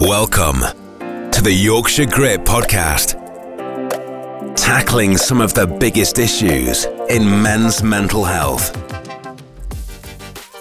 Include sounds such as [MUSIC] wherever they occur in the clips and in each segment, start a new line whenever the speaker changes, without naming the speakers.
Welcome to the Yorkshire Grit Podcast, tackling some of the biggest issues in men's mental health.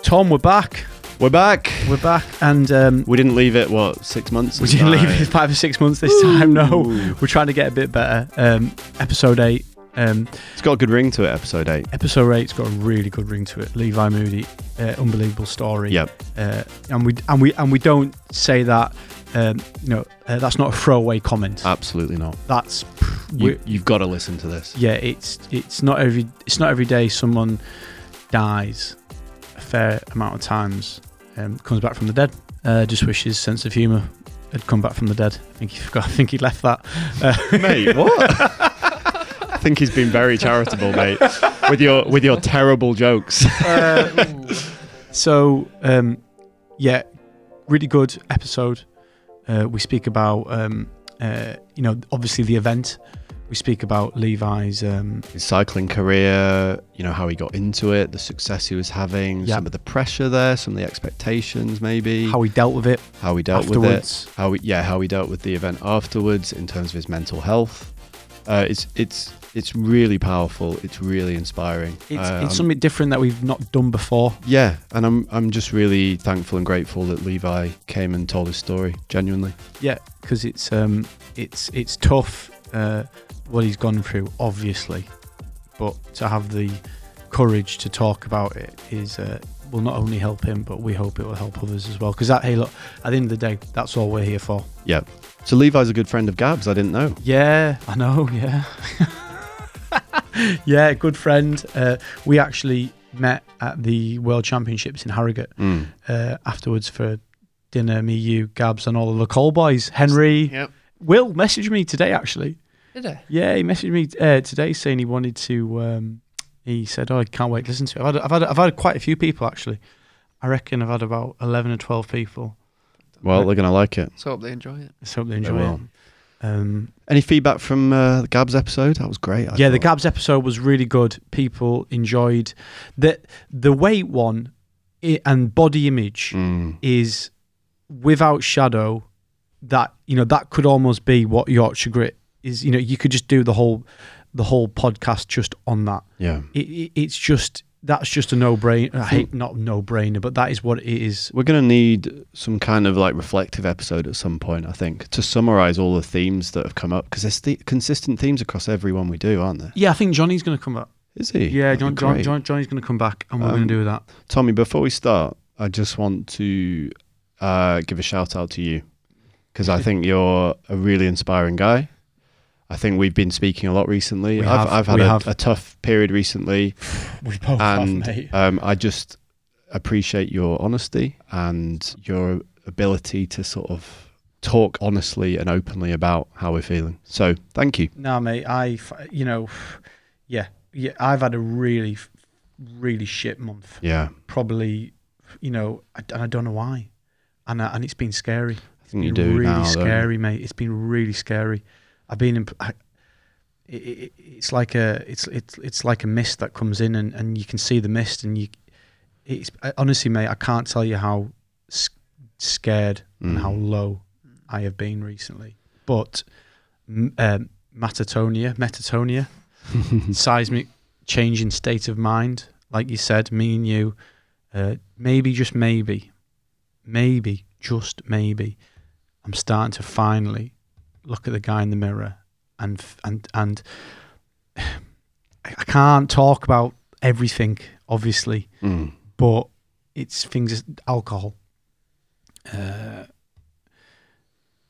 Tom, we're back.
We're back.
We're back, and um,
We didn't leave it what six months.
we didn't leave it five or six months this time. No, we're trying to get a bit better. Um, episode eight. Um,
It's got a good ring to it. Episode eight.
episode eight's got a really good ring to it. Levi Moody, uh, unbelievable story.
Yep.
Uh, and we and we and we don't say that. Um, you know, uh, that's not a throwaway comment.
Absolutely not.
that's
Ah. You, you've got to listen
[LAUGHS]
to this.
yeah. It's it's not every it's not every day someone dies a fair amount of times. Um, comes back from the dead. Uh, just wish his sense of humour had come back from the dead. I think he [LAUGHS] forgot. I think he left that.
mate. What? [LAUGHS] I think he's been very charitable, mate, with your with your terrible jokes.
Uh, [LAUGHS] So um, yeah, really good episode. Uh, we speak about um, uh, you know obviously the event. We speak about Levi's um,
His cycling career, you know how he got into it, the success he was having,
Yeah.
some of the pressure there, some of the expectations, maybe
how he dealt with it.
how he dealt
afterwards.
with it, how he, yeah, how he dealt with the event afterwards in terms of his mental health. Uh, it's it's it's really powerful. It's really inspiring.
It's,
Uh,
it's
I'm-
something different that we've not done before.
yeah, and I'm I'm just really thankful and grateful that Levi came and told his story genuinely.
Yeah, because it's um, it's it's tough uh, what he's gone through, obviously, but to have the courage to talk about it is uh, will not only help him, but we hope it will help others as well. Because that, hey, look, at the end of the day, that's all we're here for.
Yeah. So Levi's a good friend of Gab's. I didn't know.
Yeah, I know. [LAUGHS] Yeah, yeah, good friend. Uh, we actually met at the World Championships in Harrogate. Uh, afterwards for dinner, me, you, Gabs, and all of the call boys. Henry,
Yep.
Will messaged me today actually.
Did I?
Yeah, he messaged me uh, today saying he wanted to. Um, he said, "Oh, I can't wait to listen to it." I've had, I've had, I've had quite a few people actually. I reckon I've had about eleven or twelve people.
Well, they're gonna like it.
So hope they enjoy it.
Let's hope they
They
enjoy
will.
it. Um,
Any feedback from uh, the Gab's episode? That was great. I
yeah, the
thought.
Gabs episode was really good. People enjoyed the the weight one i and body image
Mm.
is without shadow that you know that could almost be what Yorkshire Grit is. You know, you could just do the whole the whole podcast just on that.
Yeah.
It, it, it's just that's just a no brainer. I hate not no brainer, but that is what it is.
We're gonna need some kind of like reflective episode at some point, I think, to summarize all the themes that have come up because there's th- consistent themes across every one we do, aren't there?
Yeah, I think Johnny's going to come back.
Is he?
Yeah,
That'd
John,
be
John,
great.
John, Johnny's going to come back, and we're going
Um,
to do that.
Tommy, before we start, I just want to uh, give a shout out to you because
[LAUGHS]
I think you're a really inspiring guy. I think we've been speaking a lot recently.
We
I've,
have,
I've had
we
a,
have.
a tough period recently,
We [LAUGHS] both
and um, I just appreciate your honesty and your ability to sort of talk honestly and openly about how we're feeling. So, thank you.
No, mate, I, f- you know, yeah, yeah, I've had a really, really shit month.
Yeah,
probably, you know, I, and I don't know why, and I, and it's been scary.
I
It's
think you
been
do
really
now. don't you?
scary, mate. It's been really scary. I've been in. I, it, it, it's like a it's it's it's like a mist that comes in and, and you can see the mist and you it's I, honestly mate I can't tell you how s- scared and
Mm.
how low I have been recently but m- um, metatonia metatonia seismic change in state of mind like you said me and you uh, maybe just maybe maybe just maybe I'm starting to finally look at the guy in the mirror and f- and and [SIGHS] I I can't talk about everything, obviously,
Mm.
but it's things as alcohol. Uh,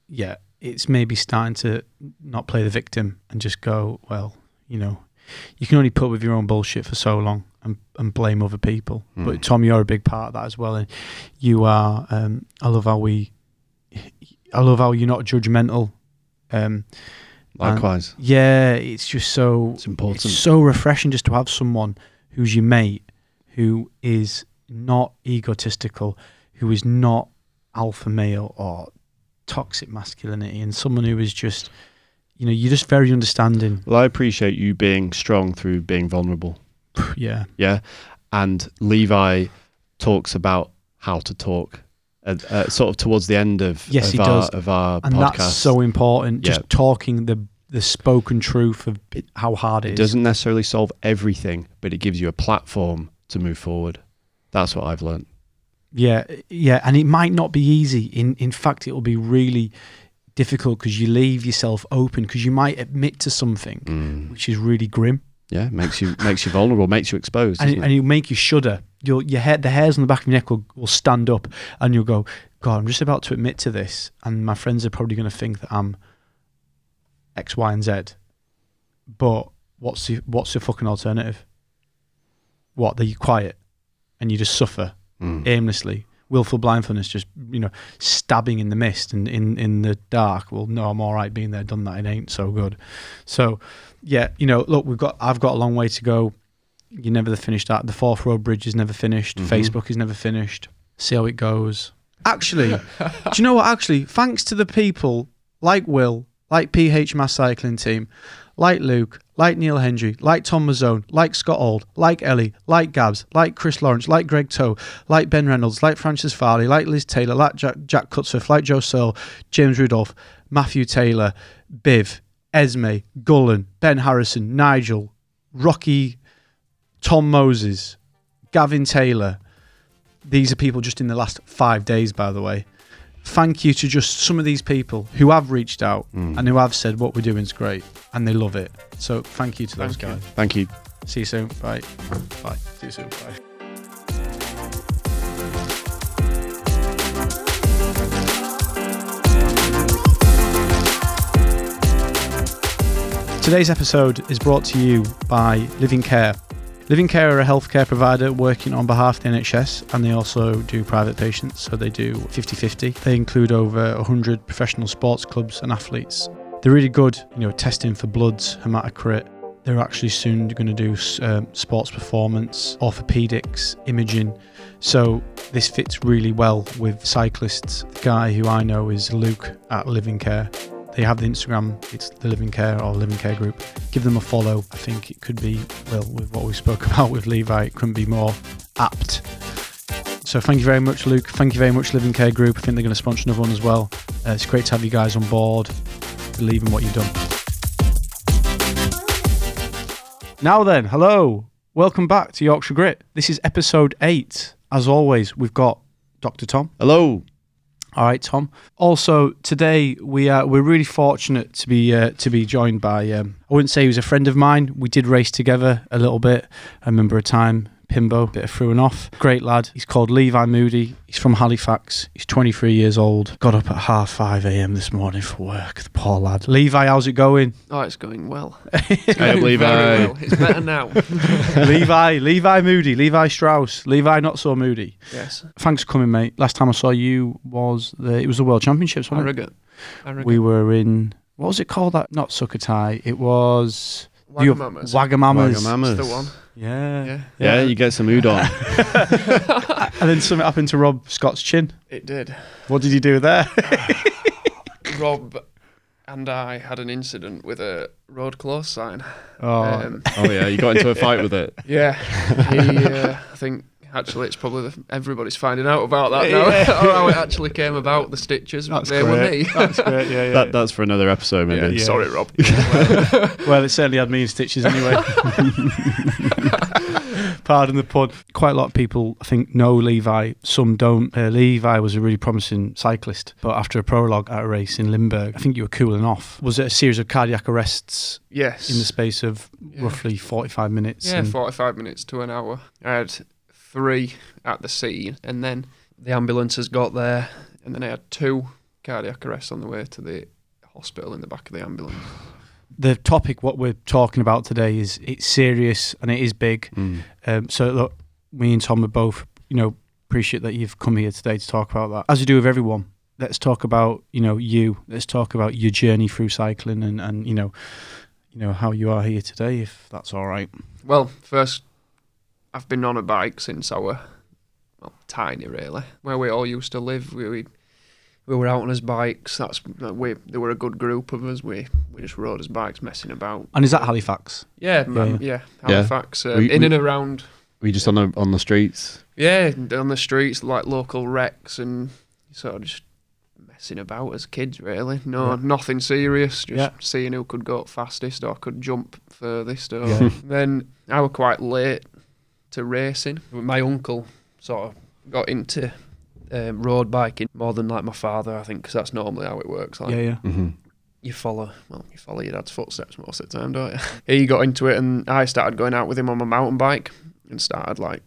yeah, it's maybe starting to not play the victim and just go, well, you know, you can only put up with your own bullshit for so long and, and blame other people.
Hmm.
But Tom, you're a big part of that as well, and you are. Um, I love how we. I love how you're not judgmental. Um,
Likewise,
yeah, it's just so
it's important.
it's so refreshing just to have someone who's your mate, who is not egotistical, who is not alpha male or toxic masculinity, and someone who is just, you know, you're just very understanding.
well, I appreciate you being strong through being vulnerable.
Yeah,
yeah and levi talks about how to talk at, uh, sort of towards the end of,
Yes,
of
he
our
does.
of our
and
podcast.
that's so important. Just
Yeah.
talking the the spoken truth of how hard
it
it is.
doesn't necessarily solve everything, but it gives you a platform to move forward. That's what I've learned.
Yeah, yeah, and it might not be easy. In in fact, it will be really difficult because you leave yourself open because you might admit to something
Mm.
which is really grim,
Yeah, makes you makes you vulnerable, makes you exposed.
and
doesn't
it, and it'll make you shudder. Your your head, the hairs on the back of your neck will, will stand up, and you'll go, "God, I'm just about to admit to this," and my friends are probably going to think that I'm X, Y, and Z. But what's the what's the fucking alternative? What? That you quiet, and you just suffer.
it? Mm.
aimlessly. Willful blindfulness, just you know, stabbing in the mist and in in the dark. Well, no, I'm all right being there, done that. It ain't so good. So, yeah, you know, look, we've got I've got a long way to go. You're never the finished art. The fourth road bridge is never finished.
Mhm.
Facebook is never finished. See how it goes. Actually, do you know what? Actually, thanks to the people like Will, like PH Mass Cycling Team, like Luke, like Neil Hendry, like Tom Mazzone, like Scott Old, like Ellie, like Gabs, like Chris Lawrence, like Greg Toe, like Ben Reynolds, like Francis Farley, like Liz Taylor, like Jack, Jack Cutsworth, like Joe Searle, James Rudolph, Matthew Taylor, Biv, Esme, Gullen, Ben Harrison, Nigel, Rocky, Tom Moses, Gavin Taylor. These are people just in the last five days, by the way. Thank you to just some of these people who have reached out and who have said what we're doing is great and they love it. So thank you to those guys.
Thank you.
See you soon. Bye. Bye. See you soon. Bye. Today's episode is brought to you by Living Care. Living Care are a healthcare provider working on behalf of the NHS and they also do private patients, so they do 50 50. They include over 100 professional sports clubs and athletes. They're really good, you know, testing for bloods, hematocrit, they're actually soon going to do um, sports performance, orthopedics, imaging. So this fits really well with cyclists. The guy who I know is Luke at Living Care. They have the Instagram, it's the Living Care or Living Care Group. Give them a follow. I think it could be, well, with what we spoke [LAUGHS] about with Levi, it couldn't be more apt. So thank you very much, Luke. Thank you very much, Living Care Group. I think they're going to sponsor another one as well. Uh, it's great to have you guys on board. Believe in what you've done. Now then, hello. Welcome back to Yorkshire Grit. This is episode eight. As always, we've got Dr. Tom.
Hello.
All right, Tom. Also, today we are we're really fortunate to be uh, to be joined by. Um, I wouldn't say he was a friend of mine. We did race together a little bit. I remember a time. Pimbo, bit of through and off. Great lad. He's called Levi Moody. He's from Halifax. He's 23 years old. Got up at half 5 a.m. this morning for work. The poor lad. Levi, how's it going? [LAUGHS]
Oh, it's going well.
I don't believe
Very
I.
well. It's better now.
[LAUGHS] Levi, Levi Moody, Levi Strauss, Levi not so Moody.
yes.
Thanks for coming, mate. Last time I saw you was the it was the World Championships, wasn't it?
Harrogate. Harrogate.
We were in what was it called? That not Sukkotai. It was the-
Wagamamas.
Wagamamas.
Wagamamas.
It's the one.
Yeah.
Yeah.
Yeah, you get some udon.
And then something happened to Rob Scott's chin.
It did.
What did you do there?
Rob and I had an incident with a road close sign.
Oh,
Um,
oh yeah, you got into a fight with it.
yeah. He, uh, I think actually it's probably the, everybody's finding out about that now, [LAUGHS] or how it actually came about. The stitches.
that's
they were
great.
me.
That's great.
[LAUGHS]
Yeah, yeah.
That, that's for another episode,
Yeah,
maybe.
yeah.
Sorry, Rob.
Well, it certainly had me in stitches
[LAUGHS]
anyway. Pardon the pun. Quite a lot of people, I think, know Levi. Some don't. Uh, Levi was a really promising cyclist, but after a prologue at a race in Limburg, I think you were cooling off. Was it a series of cardiac arrests
yes.
in the space of
Yeah.
roughly 45 minutes?
Yeah,
And-
45 minutes to an hour. I had three at the scene, and then the ambulances got there, and then I had two cardiac arrests on the way to the hospital in the back of the ambulance.
the topic, what we're talking about today, is it's serious and it is big.
Mm.
Um, so look, me and Tom are both, you know, appreciate that you've come here today to talk about that. As you do with everyone, let's talk about, you know, you. Let's talk about your journey through cycling and, and you know, you know how you are here today, if that's all right.
Well, first, I've been on a bike since I were, well, tiny really, where we all used to live. We, we, we were out on us bikes. That's we. There were a good group of us. We we just rode us bikes, messing about.
And is that Halifax?
Yeah,
Yeah.
yeah, Halifax, uh,
We-
in
we-
and around
We just on the on the streets.
Yeah, on the streets, like local wrecks and you're sort of just messing about as kids, really. No, nothing serious. Just
Yeah.
seeing who could go up fastest or could jump furthest. Or
Yeah.
then I were quite late to racing. My uncle sort of got into um, road biking more than like my father, I think, because that's normally how it works. Like,
yeah, yeah.
Mm-hmm.
you follow well, you follow your dad's footsteps most of the time, don't you? [LAUGHS] He got into it and I started going out with him on my mountain bike and started like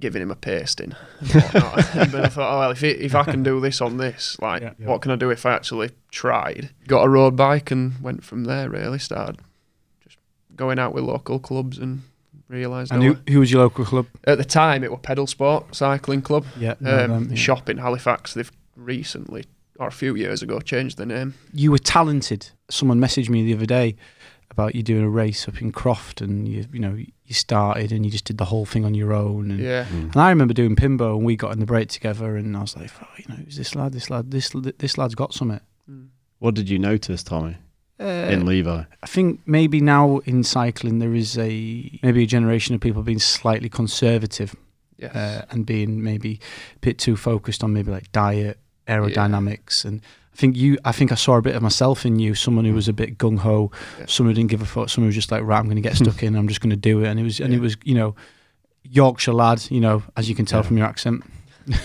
giving him a pasting and whatnot. [LAUGHS] and then I thought, oh well if, he, if I can do this on this, like
Yeah.
what can I do if I actually tried? Got a road bike and went from there really, started just going out with local clubs and realised
And
oh,
who, who was your local club?
at the time it were pedal sport cycling club.
Yeah,
Um, shop in Halifax they've recently or a few years ago changed the name.
you were talented. Someone messaged me the other day about you doing a race up in Croft, and you you know you started and you just did the whole thing on your own. And,
Yeah.
Mm.
and I remember doing Pimbo, and we got in the break together, and I was like, "Fuck, you know, who's this lad? This lad? This this lad's got something.
Mm.
What did you notice, Tommy, in
Uh,
Levi?
I think maybe now in cycling there is a maybe a generation of people being slightly conservative
Yes.
uh, and being maybe a bit too focused on maybe like diet, aerodynamics, and I think you. I think I saw a bit of myself in you, someone who was a bit gung ho,
Mm. Yeah.
someone who didn't give a fuck, someone who was just like, right, I'm going to get
[LAUGHS]
stuck in, I'm just going to do it, and it was, and it
Yeah.
was, you know, Yorkshire lad, you know, as you can tell
Yeah.
from your accent.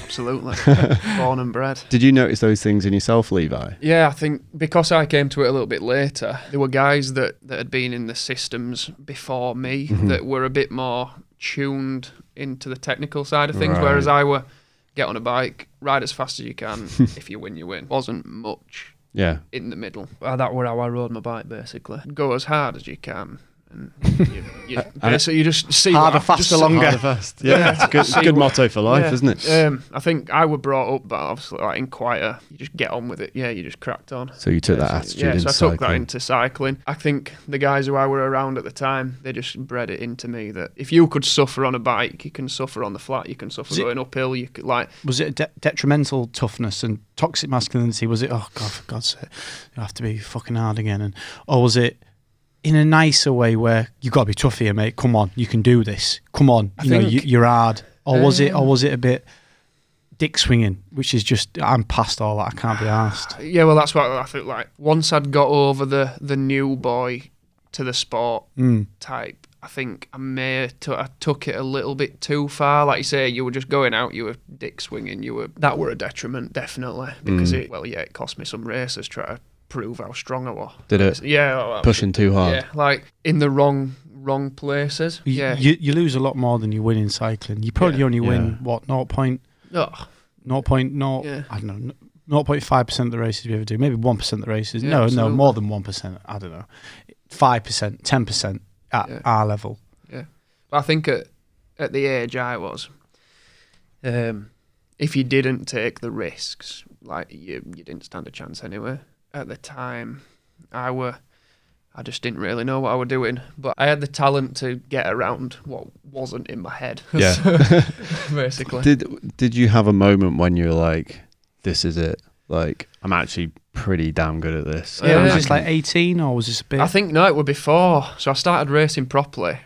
Absolutely.
[LAUGHS]
Born and bred.
Did you notice those things in yourself, Levi?
Yeah, I think because I came to it a little bit later, there were guys that, that had been in the systems before me
Mhm.
that were a bit more tuned into the technical side of things,
Right.
whereas I were get on a bike, ride as fast as you can. if you win, you win. Wasn't much
Yeah.
in the middle. Uh, that were how I rode my bike, basically. Go as hard as you can. And you, you, basically, you just see what
Harder,
hap- just
faster,
see-
longer.
Harder, fast. Yeah, it's a good, good motto for life,
Yeah.
isn't it?
Um, I think I were brought up, but obviously, like in quite a, you just get on with it. Yeah, you just cracked on.
So you took
Yeah,
that
so-
attitude
Yeah,
in
so I
cycling.
took that into cycling. I think the guys who I were around at the time, they just bred it into me that if you could suffer on a bike, you can suffer on the flat, you can suffer
Is it-
going uphill. You could like,
Was it a de- detrimental toughness and toxic masculinity? Was it, oh God, for God's sake, you have to be fucking hard again, and or was it? In a nicer way, where you got to be tough here, mate. Come on, you can do this. Come on,
I
you know
think-
you, you're hard. Or was it? Or
Um,
was it a bit dick swinging, which is just I'm past all that. I can't be asked.
yeah, well, that's what I think. Like once I'd got over the the new boy to the sport
Mm.
type. I think I may have t- I took it a little bit too far. Like you say, you were just going out, you were dick swinging, you were that were a detriment definitely because
Mm.
it well yeah it cost me some races trying to prove how strong I was.
Did it
Yeah, well,
pushing too hard?
Yeah, like in the wrong wrong places.
You,
yeah.
you, you lose a lot more than you win in cycling. You probably
Yeah.
only win
Yeah.
what zero point
Ugh.
zero point zero.
Yeah.
I don't know. Zero point five percent of the races we ever do. Maybe one percent of the races.
Yeah,
no, no,
absolutely.
more than one percent. I don't know. Five percent, ten percent at
Yeah.
our level.
But I think at at the age I was, um, if you didn't take the risks, like you you didn't stand a chance anyway. At the time, I were. I just didn't really know what I were doing, but I had the talent to get around what wasn't in my head. [LAUGHS]
Yeah. [LAUGHS]
So, basically.
Did Did you have a moment when you were like, "This is it. Like, I'm actually pretty damn good at this."
Yeah.
Yeah, was
I
this
can-
like eighteen or was this a bit?
I think no, it were before. So I started racing properly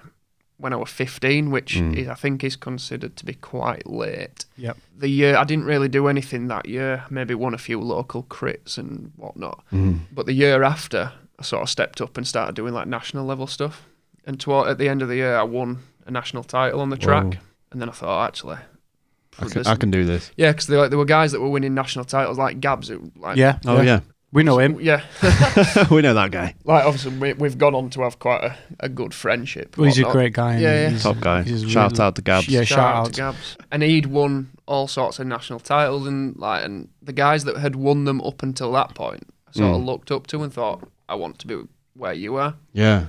when I was 15, which
Mm.
is, I think is considered to be quite late.
Yep.
The year I didn't really do anything that year. Maybe won a few local crits and whatnot.
Mm.
But the year after, I sort of stepped up and started doing like national level stuff. And toward at the end of the year, I won a national title on the track.
Whoa.
And then I thought, actually,
I can,
there's-
I can do this.
yeah, because like, there were guys that were winning national titles, like Gabs, who like
Yeah.
Oh yeah,
We know him.
yeah.
[LAUGHS] we know that guy.
Like obviously, we, we've gone on to have quite a, a good friendship.
Well, he's a
whatnot.
great guy. and
Yeah, yeah.
he's-
Top guy.
he's
Shout
really-
out to Gabs.
Yeah, shout, out.
to Gabs. And he'd won all sorts of national titles, and like, and the guys that had won them up until that point, I sort of
Mm.
looked up to and thought, I want to be where you are.
Yeah.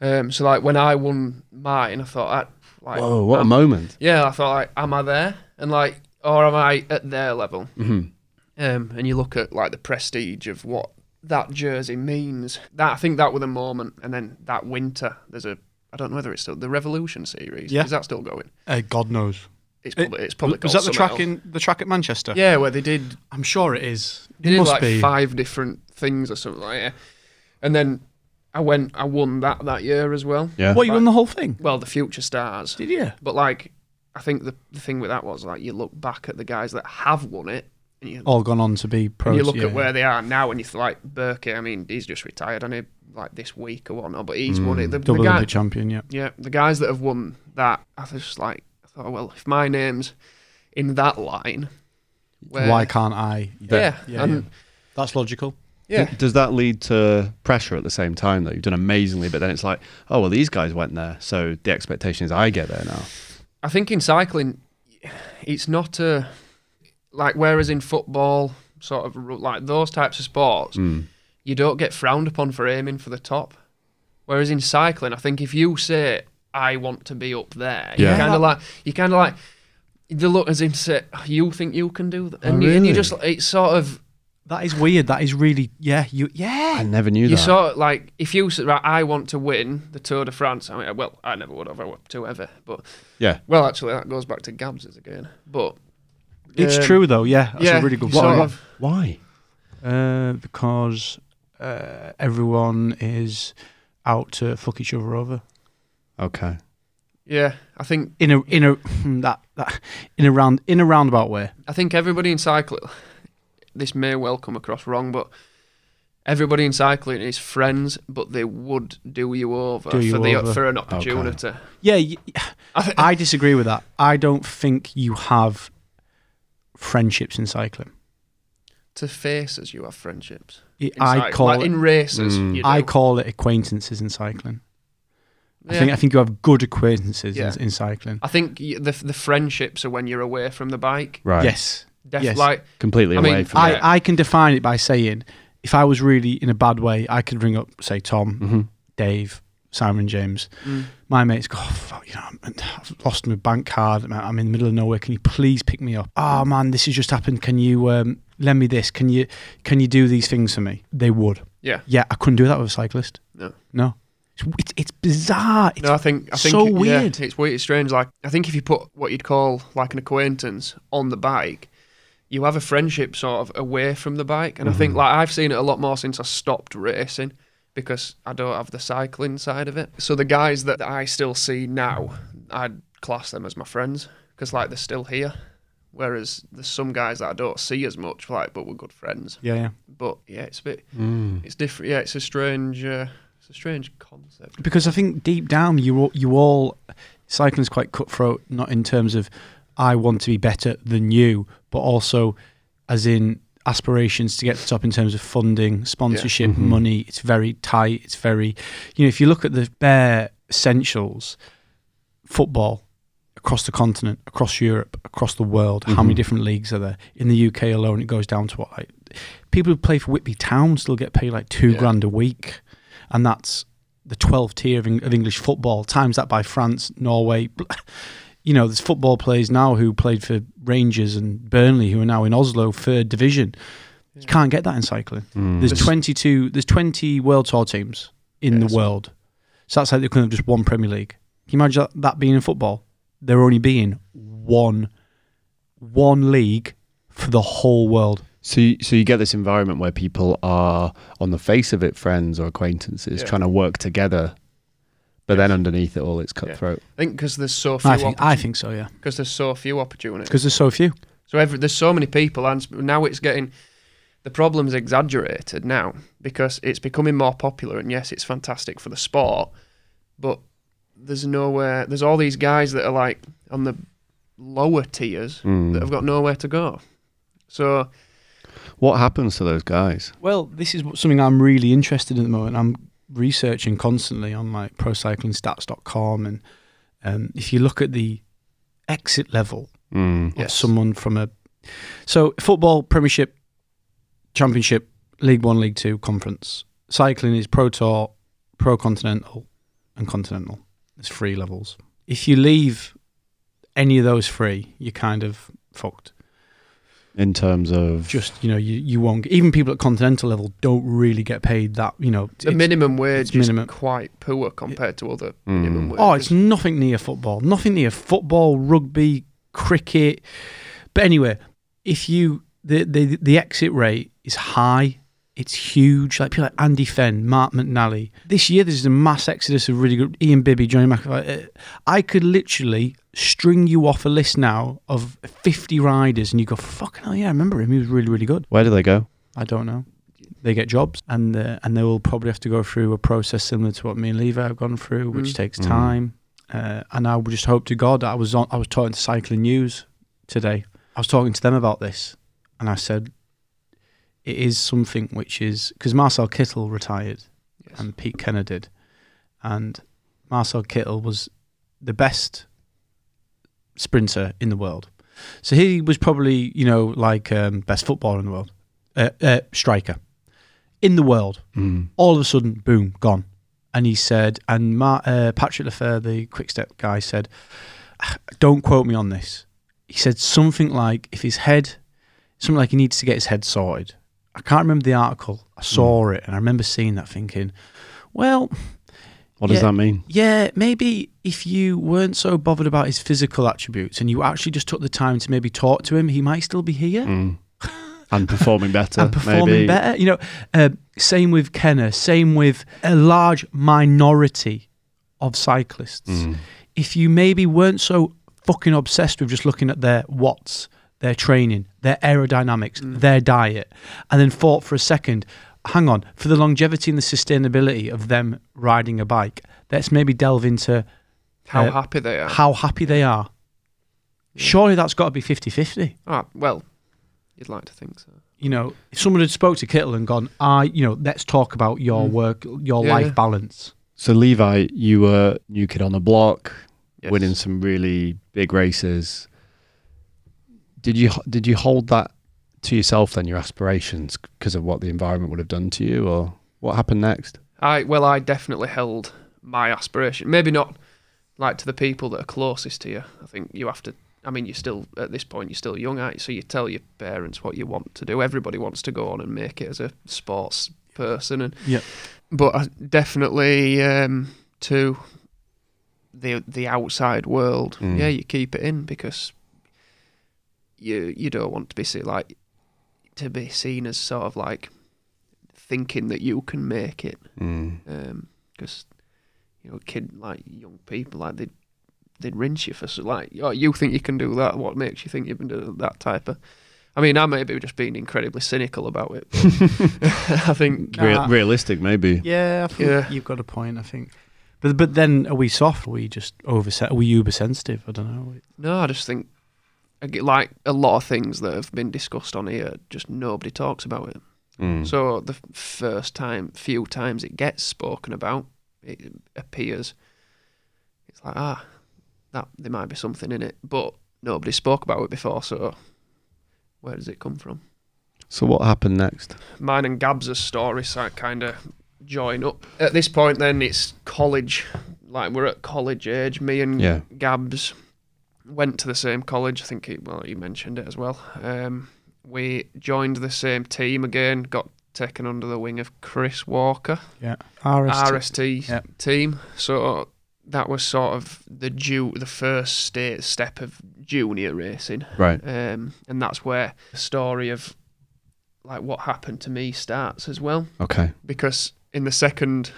Um, so like when I won mine, I thought, I, like, um,
Whoa, what a
am-
moment.
yeah, I thought, like, am I there? And like, or am I at their level?
Mhm.
Um, and you look at like the prestige of what that jersey means. That I think that was a moment, and then that winter, there's a. I don't know whether it's still the Revolution series.
Yeah.
Is that still going?
Uh, God knows.
It's
It-
probably it's probably
was
called
that the
something
track
else.
in the track at Manchester?
Yeah, where they did
I'm sure it is.
they
It
did
must
like
be.
five different things or something like that. And then I went, I won that that year as well.
Yeah.
What you won the whole thing?
Well, the future stars.
Did you?
But like, I think the, the thing with that was like you look back at the guys that have won it And you,
all gone on to be pros.
and you look
yeah.
at where they are now, and you th- like Burke. I mean, he's just retired, and he like this week or whatnot. But he's won it. The,
Mm,
the
double
guy,
the champion. Yeah,
yeah, the guys that have won that, I was just like, I thought, well, if my name's in that line, where,
why can't I?
Yeah,
yeah,
and-
that's logical.
yeah.
D- Does that lead to pressure at the same time though? You've done amazingly, but then it's like, oh well, these guys went there, so the expectation is I get there now.
I think in cycling, it's not a like whereas in football, sort of ru- like those types of sports,
Hmm.
you don't get frowned upon for aiming for the top. Whereas in cycling, I think if you say I want to be up there,
Yeah.
you kind of like you kind of like they look as if say you think you can do that,
Oh,
and, you, and
really?
you just it's sort of
That is weird. That is really yeah. You yeah.
I never knew
you
that.
sort of like if you say right, I want to win the Tour de France. I mean, well, I never would have I were to ever, but
yeah,
well, actually, that goes back to Gabs's again, but.
It's
um,
true though. Yeah, that's
yeah,
a really good
you sort
point.
of-
why?
Uh, because uh, everyone is out to fuck each other over
Okay,
Yeah, I think
in a in a hmm, that that in a round in a roundabout way.
I think everybody in cycling. This may well come across wrong, but everybody in cycling is friends, but they would do you over
Do you
for the uh,
over.
for an opportunity.
Yeah, y-
I think
I disagree with that. I don't think you have friendships in cycling.
to faces, you have friendships.
I-
In
I
cyc-
call
like
it,
in races.
Mm.
You do.
I call it acquaintances in cycling. I
Yeah.
think I think you have good acquaintances
Yeah.
in, in cycling.
I think y- the the friendships are when you're away from the bike.
right,
Yes,
Def-
Yes.
Like
completely
I
away
mean,
from.
Yeah.
I, I can define it by saying if I was really in a bad way, I could ring up say Tom,
Mm-hmm.
Mhm.
Dave, Simon James.
Mm.
My mate's go, oh, fuck, you know, I'm- I've lost my bank card. I'm- I'm in the middle of nowhere. Can you please pick me up? Oh man, this has just happened. Can you um, lend me this? Can you can you do these things for me? They would.
yeah.
Yeah, I couldn't do that with a cyclist.
No.
No. It's, it's, it's bizarre. It's,
No, I think I think
so
yeah,
weird.
it's weird. It's strange. Like I think if you put what you'd call like an acquaintance on the bike, you have a friendship sort of away from the bike. And I
Mm-hmm.
think like I've seen it a lot more since I stopped racing because I don't have the cycling side of it. So the guys that I still see now, I'd class them as my friends because like they're still here. Whereas there's some guys that I don't see as much, like but we're good friends.
Yeah, yeah.
But yeah, it's a bit,
Mm.
it's different. Yeah, it's a strange, uh, it's a strange concept.
Because I think deep down, you all, you all cycling's quite cutthroat, not in terms of I want to be better than you, but also as in aspirations to get to the top in terms of funding, sponsorship, money. It's very tight. It's very, you know, if you look at the bare essentials, football across the continent, across Europe, across the world, how many different leagues are there? In the UK alone, it goes down to what like people who play for Whitby Town still get paid like two
Yeah.
grand a week, and that's the 12th tier of, Eng- of English football. Times that by France, Norway. bl- [LAUGHS] You know, there's football players now who played for Rangers and Burnley who are now in Oslo third division. You can't get that in cycling.
Mm. Hmm.
There's 22. There's 20 World Tour teams in
Yes.
the world, so that's like they could have just one Premier League. Can you imagine that, that being in football? There only being one, one league for the whole world.
So, you, so you get this environment where people are, on the face of it, friends or acquaintances,
Yeah.
trying to work together, but then underneath it all, it's cutthroat.
I think because there's so few.
I think.
opportu-
I think so. Yeah,
because there's so few opportunities.
because there's so few.
So every, there's so many people, and s- now it's getting the problem's exaggerated now because it's becoming more popular. And yes, it's fantastic for the sport, but there's nowhere. There's all these guys that are like on the lower tiers
Mm.
Hmm.
that have got nowhere to go. So
What happens to those guys?
Well, this is what- something I'm really interested in at the moment. I'm researching constantly on like procyclingstats.com, and um, if you look at the exit level
Mm.
of
Yes.
someone from a so football Premiership, Championship, League One, League Two conference. Cycling is Pro Tour, Pro Continental, and Continental. There's three levels. If you leave any of those three, you're kind of fucked
In terms of
just you know you, you won't even people at continental level don't really get paid that you know
the
it's-
minimum wage
minimum.
is quite poor compared to other
Mm.
minimum wage.
oh it's nothing near football nothing near football rugby cricket but anyway if you the the, the exit rate is high It's huge. Like people like Andy Fenn, Mark McNally. This year, there's a mass exodus of really good Ian Bibby, Johnny McAvoy. Uh, I could literally string you off a list now of 50 riders, and you go, "Fucking hell, yeah, I remember him. He was really, really good."
Where do they go?
I don't know. They get jobs, and uh, and they will probably have to go through a process similar to what me and Levi have gone through, which
Mm.
takes
Mm.
time. Uh, and I would just hope to God I was on. I was talking to Cycling News today. I was talking to them about this, and I said it is something which is because Marcel Kittel retired
Yes.
and Pete Kenner did, and Marcel Kittel was the best sprinter in the world. So he was probably, you know, like um, best footballer in the world, uh, uh, striker in the world.
Mm.
All of a sudden, boom, gone. And he said, and Mar- uh, Patrick Lefebvre, the quick step guy, said, "Ah, don't quote me on this. He said something like, if his head, something like he needs to get his head sorted. I can't remember the article. I saw it and I remember seeing that thinking, well,
What does
Yeah.
that mean?
yeah, maybe if you weren't so bothered about his physical attributes and you actually just took the time to maybe talk to him, he might still be here
Mm.
[LAUGHS]
And performing better.
and performing
maybe.
better. You know, uh, same with Kenner, same with a large minority of cyclists.
Mm.
If you maybe weren't so fucking obsessed with just looking at their watts, their training, their aerodynamics,
Mm.
their diet, and then thought for a second, hang on, for the longevity and the sustainability of them riding a bike, let's maybe delve into
How
Uh,
happy they are.
how happy they are. Surely that's got to be 50 50.
Ah, well, you'd like to think so.
you know, if someone had spoke to Kittle and gone, I, you know, let's talk about your
Mm.
work, your
Yeah,
life
yeah.
balance.
So Levi, you were new kid on the block,
Yes.
winning some really big races. Did you did you hold that to yourself then your aspirations because of what the environment would have done to you, or what happened next?
I well, I definitely held my aspiration. Maybe not like to the people that are closest to you. I think you have to. I mean, you're still at this point. You're still young, aren't you? So you tell your parents what you want to do. Everybody wants to go on and make it as a sports person, and
Yep.
But I definitely um, to the the outside world.
Mm.
Yeah, you keep it in because you you don't want to be see, like to be seen as sort of like thinking that you can make it
Mm.
because um, you know, kid like young people like they they'd rinse you for so- like oh you think you can do that? What makes you think you can do that type of? I mean, I may be just being incredibly cynical about it. but [LAUGHS] I think
Nah.
[LAUGHS] Real, realistic, maybe.
Yeah, I
think Yeah.
you've got a point, I think. But but then are we soft? Are we just over? Are we uber sensitive? I don't know.
no, I just think ag- like a lot of things that have been discussed on here, just nobody talks about it.
Mm.
So the f- first time, few times it gets spoken about, it appears. It's like ah, that there might be something in it, but nobody spoke about it before. So where does it come from?
So what happened next?
Mine and Gabs' stories that kind of join up. At this point, then it's college. Like we're at college age. Me and
Yeah.
Gabs went to the same college. I think he, well, you mentioned it as well. Um, we joined the same team again. Got taken under the wing of Chris Walker,
Yeah, RST.
RST
Yeah.
team. So that was sort of the ju- the first sta- step of junior racing
Right.
um, and that's where the story of like what happened to me starts as well
Okay.
because in the second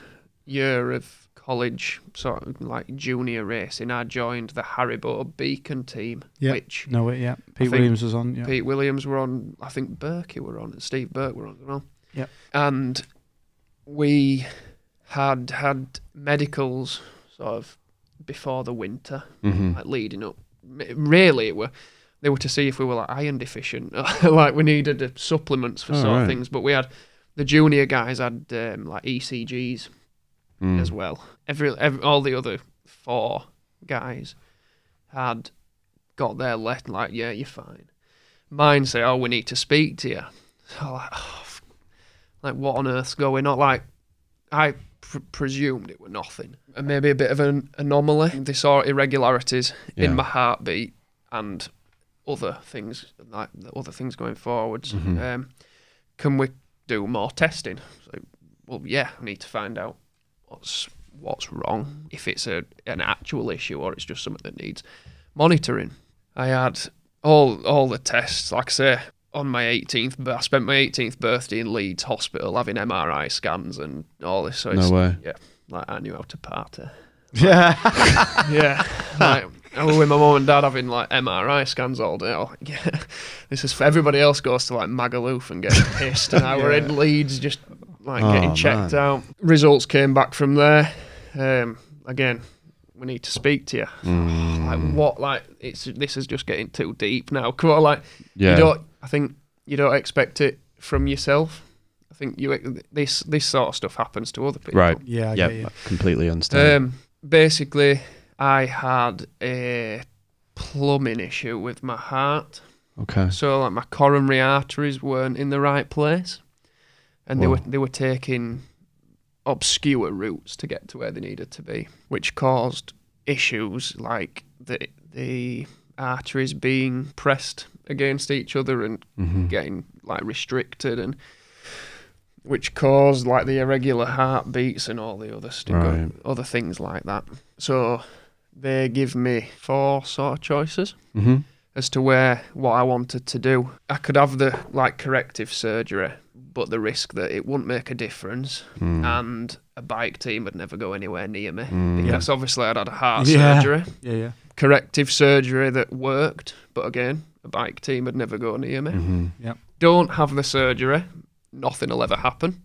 year of college sort of like junior racing i joined the haribo beacon team
Yeah.
which
No, wait, yeah.
think
Pete Williams was on. Yeah.
pete williams were on i think berkey were on and steve burke were on as well
Yeah.
and we had had medicals sort of before the winter
hmm
like leading up. M- Really, it were they were to see if we were like iron deficient, [LAUGHS] like we needed uh, supplements for
Oh,
sort
right.
of things. But we had the junior guys had um, like ECGs
Mm.
as well. Every, every all the other four guys had got their left like yeah you're fine. Mine say oh we need to speak to you. So like [SIGHS] oh, f- like what on earth's going on? Like I pr- presumed it were nothing. And maybe a bit of an anomaly. They saw irregularities
Yeah.
in my heartbeat and other things, like the other things going forwards.
Mm-hmm.
Um, can we do more testing? So, well, yeah, I need to find out what's what's wrong. If it's a an actual issue or it's just something that needs monitoring. I had all all the tests. Like I say, on my 18th, but I spent my 18th birthday in Leeds Hospital having MRI scans and all this. So
No
it's,
way.
Yeah, like I knew how to party.
Yeah.
yeah, like I was with my mum and dad having like MRI scans all day. Oh, yeah, this is for everybody else goes to like Magaluf and gets
[LAUGHS]
pissed, and I were in Leeds just like
Oh,
getting checked out. Results came back from there. Um, again, we need to speak to you.
Hmm.
Like what? Like it's this is just getting too deep now. Come on, like
Yeah.
you don't. I think you don't expect it from yourself. I think you this this sort of stuff happens to other people.
Right.
Yeah, I
yeah.
get you.
Completely understand.
Um, basically, I had a plumbing issue with my heart,
okay.
so like my coronary arteries weren't in the right place, and they
Whoa.
were they were taking obscure routes to get to where they needed to be, which caused issues like the the arteries being pressed against each other and
Mm-hmm.
getting like restricted and which caused like the irregular heartbeats and all the other stu-
Right.
other things like that. So they give me four sort of choices
Mm-hmm.
as to where what I wanted to do. I could have the like corrective surgery, but the risk that it wouldn't make a difference
Hmm.
and a bike team would never go anywhere near me
Mm-hmm.
because obviously I'd had a heart
Yeah.
surgery.
Yeah, yeah.
Corrective surgery that worked, but again, a bike team would never go near
Hmm.
me.
Mm-hmm.
Yep.
Don't have the surgery, nothing will ever happen.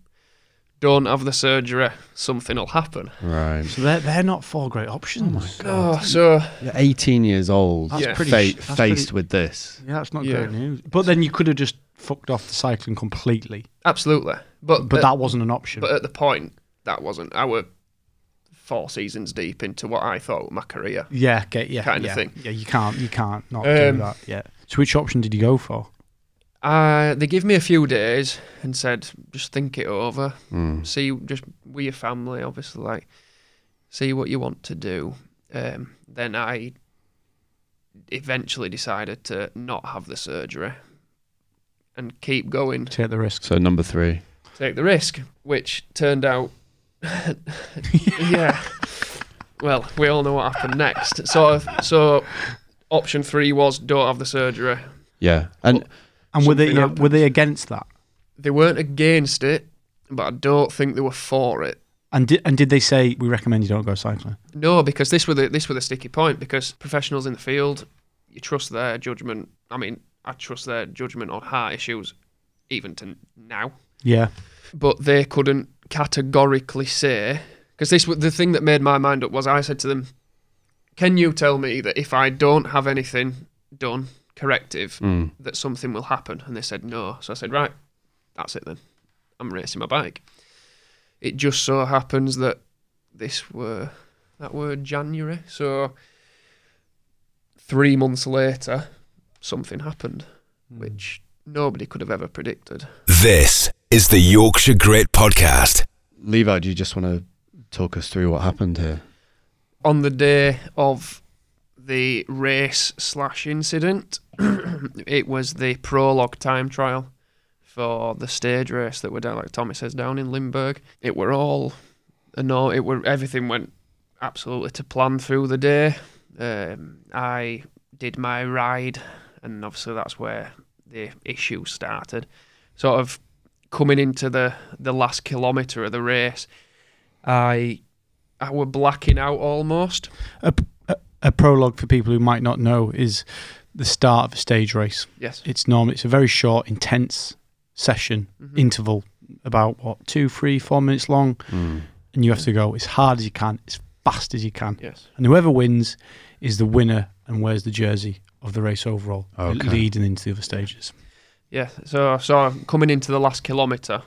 Don't have the surgery, something will happen.
Right.
So they're, they're not four great options.
Oh, so
You're 18 years old,
That's
Yeah.
pretty
fa-
sh- that's
faced
pretty-
with this.
Yeah, that's not
Yeah.
great news. But then you could have just fucked off the cycling completely.
absolutely, but
But that wasn't an option.
But at the point, that wasn't. I were four seasons deep into what I thought was my career.
yeah, get yeah,
Kinda
yeah.
thing.
Yeah, you can't, you can't not
Um,
do that. Yeah. So which option did you go for?
Uh, they give me a few days and said, just think it over. See, just with your family, obviously, like, see what you want to do. Um, then I eventually decided to not have the surgery and keep going,
Take the risk.
So number three.
take the risk, which turned out, [LAUGHS] yeah. Well, we all know what happened next. So, so option three was don't have the surgery.
Yeah. And
And were they
Something happened.
were they against that?
They weren't against it, but I don't think they were for it.
And did and did they say we recommend you don't go cycling?
No, because this were the this were the sticky point. Because professionals in the field, you trust their judgment. I mean, I trust their judgment on heart issues, even to now.
Yeah.
but they couldn't categorically say because this was the thing that made my mind up was I said to them, "Can you tell me that if I don't have anything done corrective,
mm.
that something will happen?" And they said no. So I said, "Right, that's it then. I'm racing my bike." It just so happens that this were that were January, so three months later, something happened, which nobody could have ever predicted.
This is the Yorkshire Grit Podcast.
Levi, do you just want to talk us through what happened here?
on the day of the race slash incident, [CLEARS THROAT] it was the prologue time trial for the stage race that were down, like Tommy says, down in Limburg. It were all, uh, no, it were everything went absolutely to plan through the day. Um, I did my ride, and obviously that's where the issue started. Sort of coming into the the last kilometre of the race, I I were blacking out almost.
A, a, a prologue for people who might not know is the start of a stage race.
Yes.
It's normally it's a very short, intense session
Mm-hmm. Hmm.
interval, about what two, three, four minutes long,
Mm.
and you have to go as hard as you can, as fast as you can,
Yes.
and whoever wins is the winner and wears the jersey of the race overall,
Okay.
leading into the other stages.
Yeah. So so coming into the last kilometre,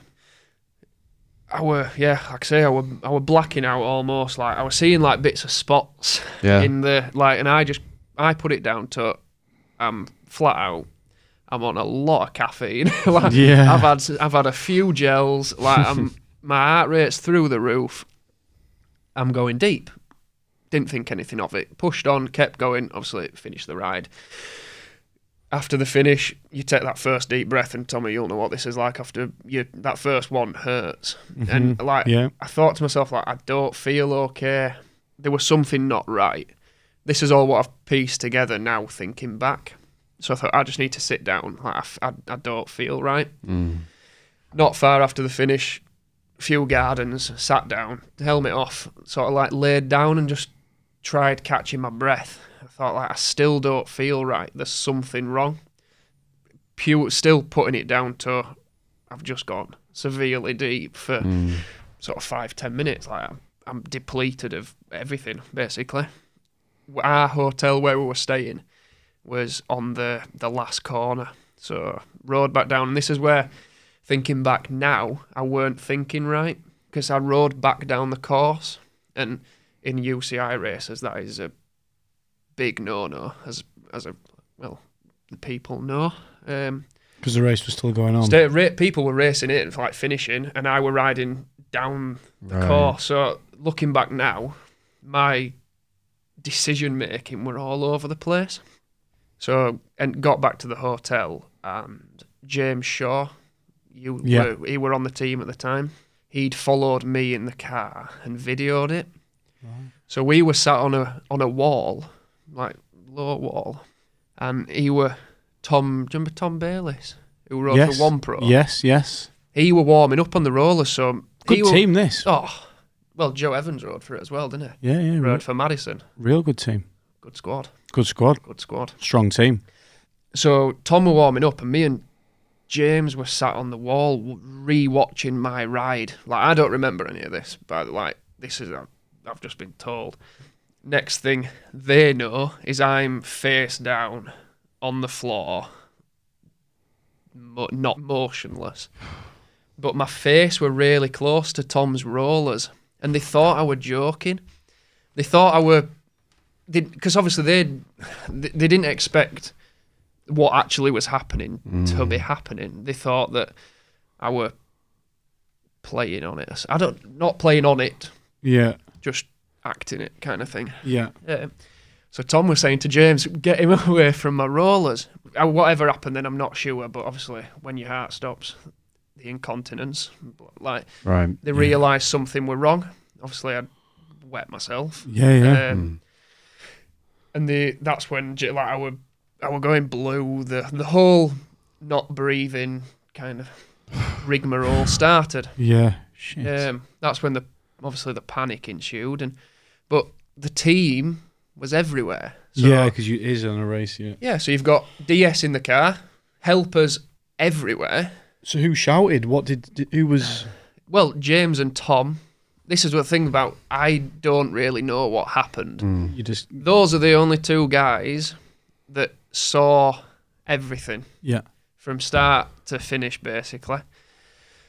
I were yeah, like I say, I were I were blacking out almost. Like I was seeing like bits of spots
Yeah.
in the like, and I just I put it down to I'm flat out. I'm on a lot of caffeine. [LAUGHS] like,
Yeah.
I've had I've had a few gels. Like I'm my heart rate's through the roof. I'm going deep. Didn't think anything of it. Pushed on, kept going. Obviously, finished the ride. After the finish, you take that first deep breath, and Tommy, you'll know what this is like. After you, that first one hurts, and like
Yeah.
I thought to myself, like I don't feel okay. There was something not right. This is all what I've pieced together now, thinking back. So I thought, I just need to sit down. Like, I, f- I, I don't feel right.
Mm.
Not far after the finish, few gardens, sat down, helmet off, sort of like laid down and just tried catching my breath. I thought, like, I still don't feel right. There's something wrong. Pure, still putting it down to, I've just gone severely deep for
Mm.
sort of five ten minutes. Like I'm, I'm depleted of everything basically. Our hotel where we were staying was on the the last corner, so rode back down. And this is where, thinking back now, I weren't thinking right because I rode back down the course, and in UCI races that is a big no no as as a well the people know. Um,
because the race was still going
Um.
on.
Sta- ra- people were racing it and like finishing, and I were riding down the
Right.
course. So looking back now, my decision making were all over the place. So and got back to the hotel, and James Shaw, you
Yeah.
were, he were on the team at the time. He'd followed me in the car and videoed it. So we were sat on a on a wall, like low wall, and he were Tom. Do you remember Tom Bayliss who rode
yes.
for One Pro?
Yes, yes.
he were warming up on the roller. So
Good
he were-
team, this.
Oh, well, Joe Evans rode for it as well, didn't he?
Yeah, yeah. re-
Mm-hmm.
Rode for Madison.
real good team.
Good squad.
Good squad.
Good squad.
Strong team.
So Tom were warming up, and me and James were sat on the wall w- re-watching my ride. Like I don't remember any of this, but like this is I've, I've just been told. Next thing they know is I'm face down on the floor, mo- not motionless, but my face were really close to Tom's rollers, and they thought I were joking. They thought I were, because obviously they they didn't expect what actually was happening to be happening. They thought that I were playing on it. I don't not playing on it,
Yeah,
just acting it kind of thing.
yeah.
Yeah. So Tom was saying to James, get him [LAUGHS] away from my rollers. Uh, Whatever happened then, I'm not sure, but obviously when your heart stops, the incontinence, like
Right.
they realised something were wrong. Obviously I'd wet myself.
Yeah, yeah.
Hmm.
Um,
Mm.
and the that's when j- like I were I were going blue. The the whole not breathing kind of [SIGHS] rigmarole started.
yeah. Shit.
Um, that's when the obviously the panic ensued, and but the team was everywhere. So,
yeah, because you is on a race, yeah.
yeah. So you've got DS in the car, helpers everywhere.
So who shouted? What did, did who was
Well, James and Tom. This is the thing about I don't really know what happened.
you just
Those are the only two guys that saw everything.
yeah.
from start to finish, basically.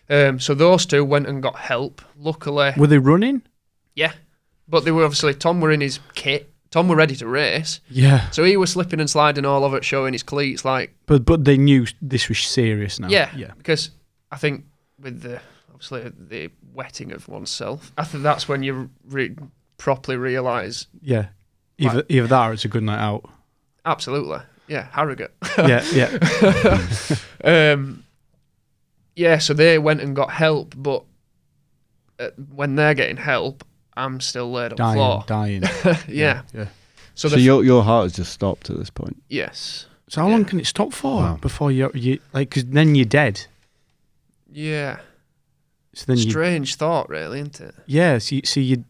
Um, so those two went and got help. Luckily,
Were they running?
yeah, but they were obviously Tom were in his kit. Tom were ready to race,
Yeah.
so he was slipping and sliding all over it, showing his cleats. Like,
But but they knew this was serious
Oh,
now.
yeah,
Yeah.
because I think with the obviously the wetting of oneself, I think that's when you re- properly realise.
Yeah. Either either that or it's a good night out.
[LAUGHS] Absolutely, yeah, Harrogate.
yeah, yeah.
Um, yeah, so they went and got help, but uh, when they're getting help, I'm still laid on the
Dying,
floor.
dying.
[LAUGHS] yeah.
Yeah.
So,
so
the
your your heart has just stopped at this point.
yes,
So how
Yeah.
long can it stop for
Wow.
before you you like cuz then you're dead.
yeah,
So then you
strange thought, really, isn't it?
Yeah, so you, so you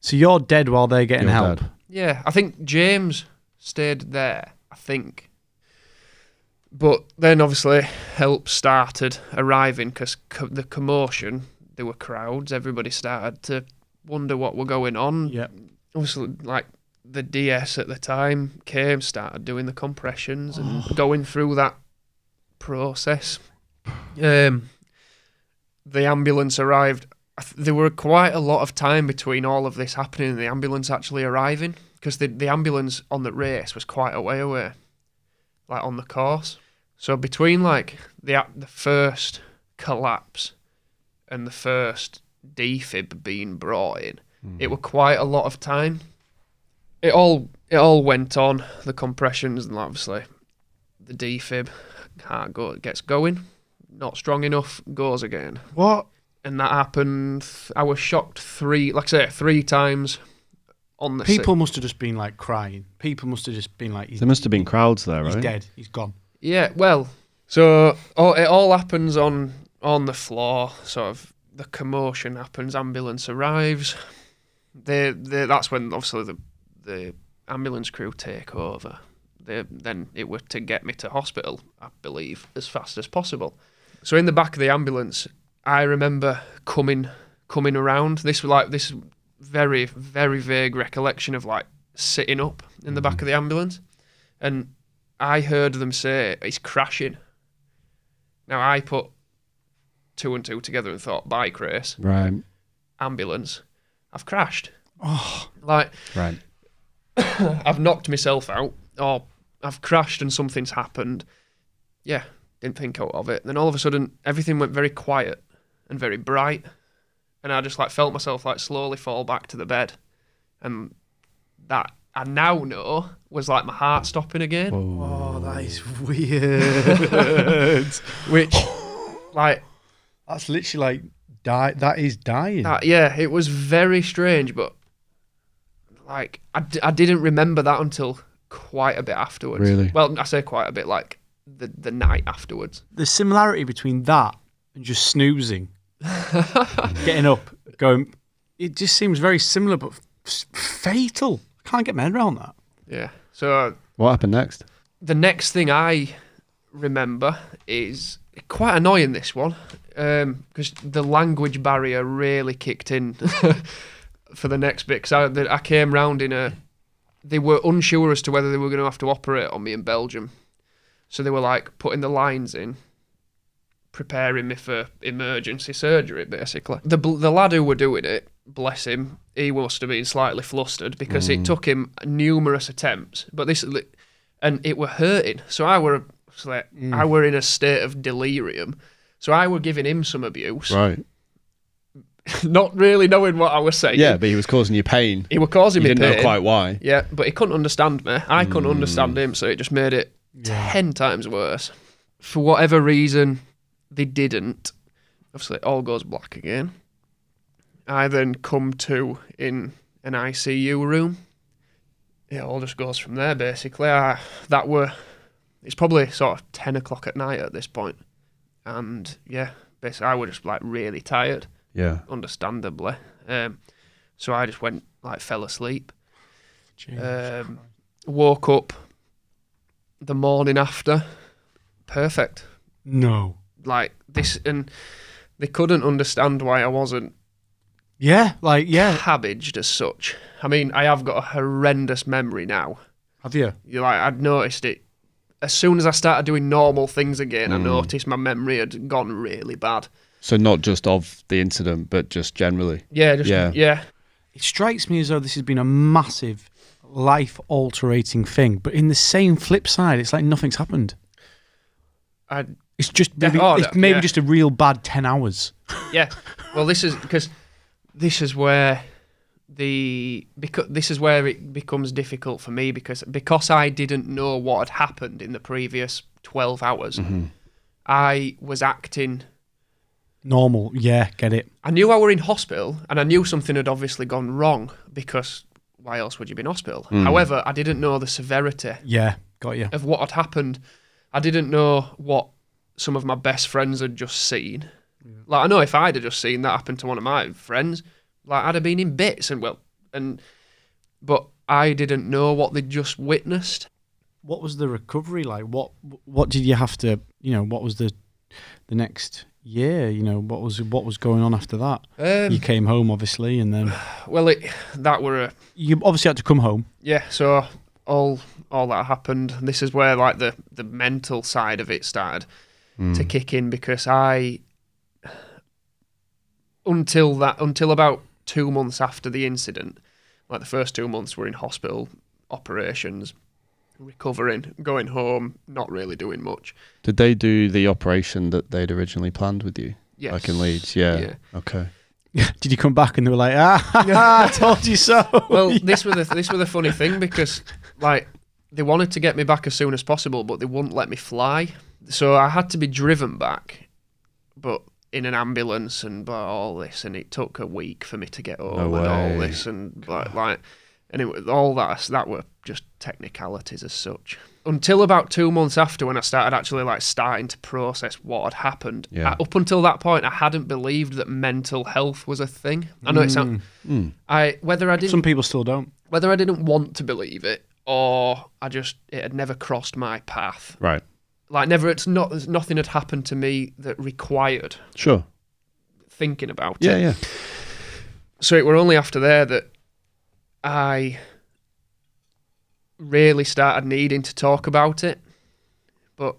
so you're dead while they're getting
You're
help.
dead.
Yeah, I think James stayed there. I think. But then obviously help started arriving because co- the commotion, there were crowds, everybody started to wonder what were going on.
Yeah.
obviously like the DS at the time came, started doing the compressions and going through that process. Um, the ambulance arrived. I th- There were quite a lot of time between all of this happening and the ambulance actually arriving because the, the ambulance on the race was quite a way away, like on the course. So between like the a- the first collapse and the first defib being brought in, it were quite a lot of time. It all it all went on the compressions and obviously the defib can't go gets going, not strong enough, goes again,
What?
and that happened. I was shocked three, like I say, three times on the sea.
People must have just been like crying. People must have just been like, he's,
There must have been crowds there,
he's
right?
dead. He's gone.
Yeah, well, so all, it all happens on on the floor. Sort of the commotion happens. Ambulance arrives. They, they that's when obviously the the ambulance crew take over. They, then it were to get me to hospital, I believe, as fast as possible. So in the back of the ambulance, I remember coming coming around. This was like this very very vague recollection of like sitting up in the back of the ambulance, and I heard them say it's crashing. Now I put two and two together and thought bike race,
Right,
ambulance, I've crashed. Oh, like
right.
I've knocked myself out or I've crashed and something's happened. Yeah, didn't think out of it. Then all of a sudden everything went very quiet and very bright and I just like felt myself like slowly fall back to the bed and that I now know was like my heart stopping again.
Oh, that is [LAUGHS] weird.
Which like
That's literally like, die. that is dying.
Uh, yeah, it was very strange, but like I, d- I didn't remember that until quite a bit afterwards.
Really?
Well, I say quite a bit, like the the night afterwards.
the similarity between that and just [LAUGHS] snoozing, getting up, going, it just seems very similar but f- fatal. I can't get my head around that.
Yeah. So uh,
What happened next?
the next thing I remember is quite annoying. This one, because the language barrier really kicked in for the next bit. Because I, the- I came round in a, they were unsure as to whether they were going to have to operate on me in Belgium, so they were like putting the lines in, preparing me for emergency surgery. Basically, the bl- the lad who were doing it. Bless him, he must have been slightly flustered because
Mm.
it took him numerous attempts. But this, and it were hurting. So I were it's like,
Mm.
I were in a state of delirium. So I were giving him some abuse,
Right.
[LAUGHS] not really knowing what I was saying.
Yeah, but he was causing you pain.
he were causing
You
me
didn't
pain.
know quite why.
Yeah, but he couldn't understand me. I couldn't understand him, so it just made it ten times worse. For whatever reason, they didn't. Obviously, it all goes black again. I then come to in an ICU room. It all just goes from there, basically. I, that were it's probably sort of ten o'clock at night at this point, and yeah, basically I was just like really tired
Yeah.
understandably. Um, so I just went like fell asleep. Um, woke up the morning after, perfect.
No.
Like this, and they couldn't understand why I wasn't
Yeah, like, yeah.
cabbaged as such. I mean, I have got a horrendous memory now.
Have you?
You like I'd noticed it as soon as I started doing normal things again. I noticed my memory had gone really bad.
So not just of the incident, but just generally.
Yeah, just
Yeah.
yeah.
It strikes me as though this has been a massive life altering thing, but in the same flip side, it's like nothing's happened.
I
It's just maybe,
oh,
it's
no,
maybe
yeah.
just a real bad 10 hours.
yeah. Well, this is because this is where the because this is where it becomes difficult for me because because I didn't know what had happened in the previous twelve hours. I was acting.
Normal. Yeah, get it.
I knew I were in hospital, and I knew something had obviously gone wrong because why else would you be in hospital? However, I didn't know the severity
Yeah, got you.
of what had happened. I didn't know what some of my best friends had just seen. Like I know if I'd have just seen that happen to one of my friends, like I'd have been in bits and well and but I didn't know what they would just witnessed.
what was the recovery like? What what did you have to you know? What was the the next year? You know what was what was going on after that? you
Um,
came home obviously, and
[SIGHS]
then
well, it that were a
you obviously had to come home.
yeah. So all all that happened. This is where like the the mental side of it started to kick in because I until that until about two months after the incident, like the first two months were in hospital operations, recovering, going home, not really doing much.
Did they do the operation that they'd originally planned with you?
Yes.
Like in Leeds, yeah.
Yeah.
Okay.
did you come back and they were like, ah, [LAUGHS] ha, ha, I told you
[LAUGHS]
so?
Well, this was the this was the funny thing because like they wanted to get me back as soon as possible, but they wouldn't let me fly. So I had to be driven back, but in an ambulance and blah, all this, and it took a week for me to get home and all
way.
this and like, like and it was all that that were just technicalities as such. Until about two months after, when I started actually like starting to process what had happened.
Yeah.
I- up until that point, I hadn't believed that mental health was a thing. I know it sounds.
Hmm.
I whether I didn't
Some people still don't.
whether I didn't want to believe it or I just it had never crossed my path.
Right.
Like never, it's not there's nothing had happened to me that required
Sure.
thinking about
Yeah,
it.
yeah.
So it were only after there that I really started needing to talk about it, but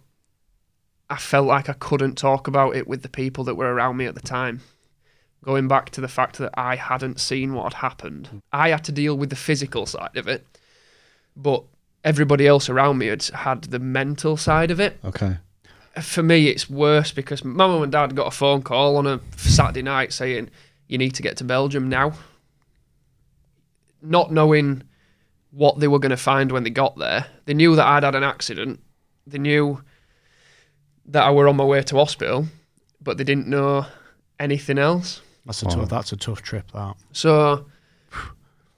I felt like I couldn't talk about it with the people that were around me at the time. Going back to the fact that I hadn't seen what had happened, I had to deal with the physical side of it, but everybody else around me had had the mental side of it
Okay.
for me, it's worse because my mum and dad got a phone call on a Saturday night saying, you need to get to Belgium now. Not knowing what they were going to find when they got there. They knew that I'd had an accident. They knew that I were on my way to hospital, but they didn't know anything else.
That's a tough. That's a tough trip. That.
So,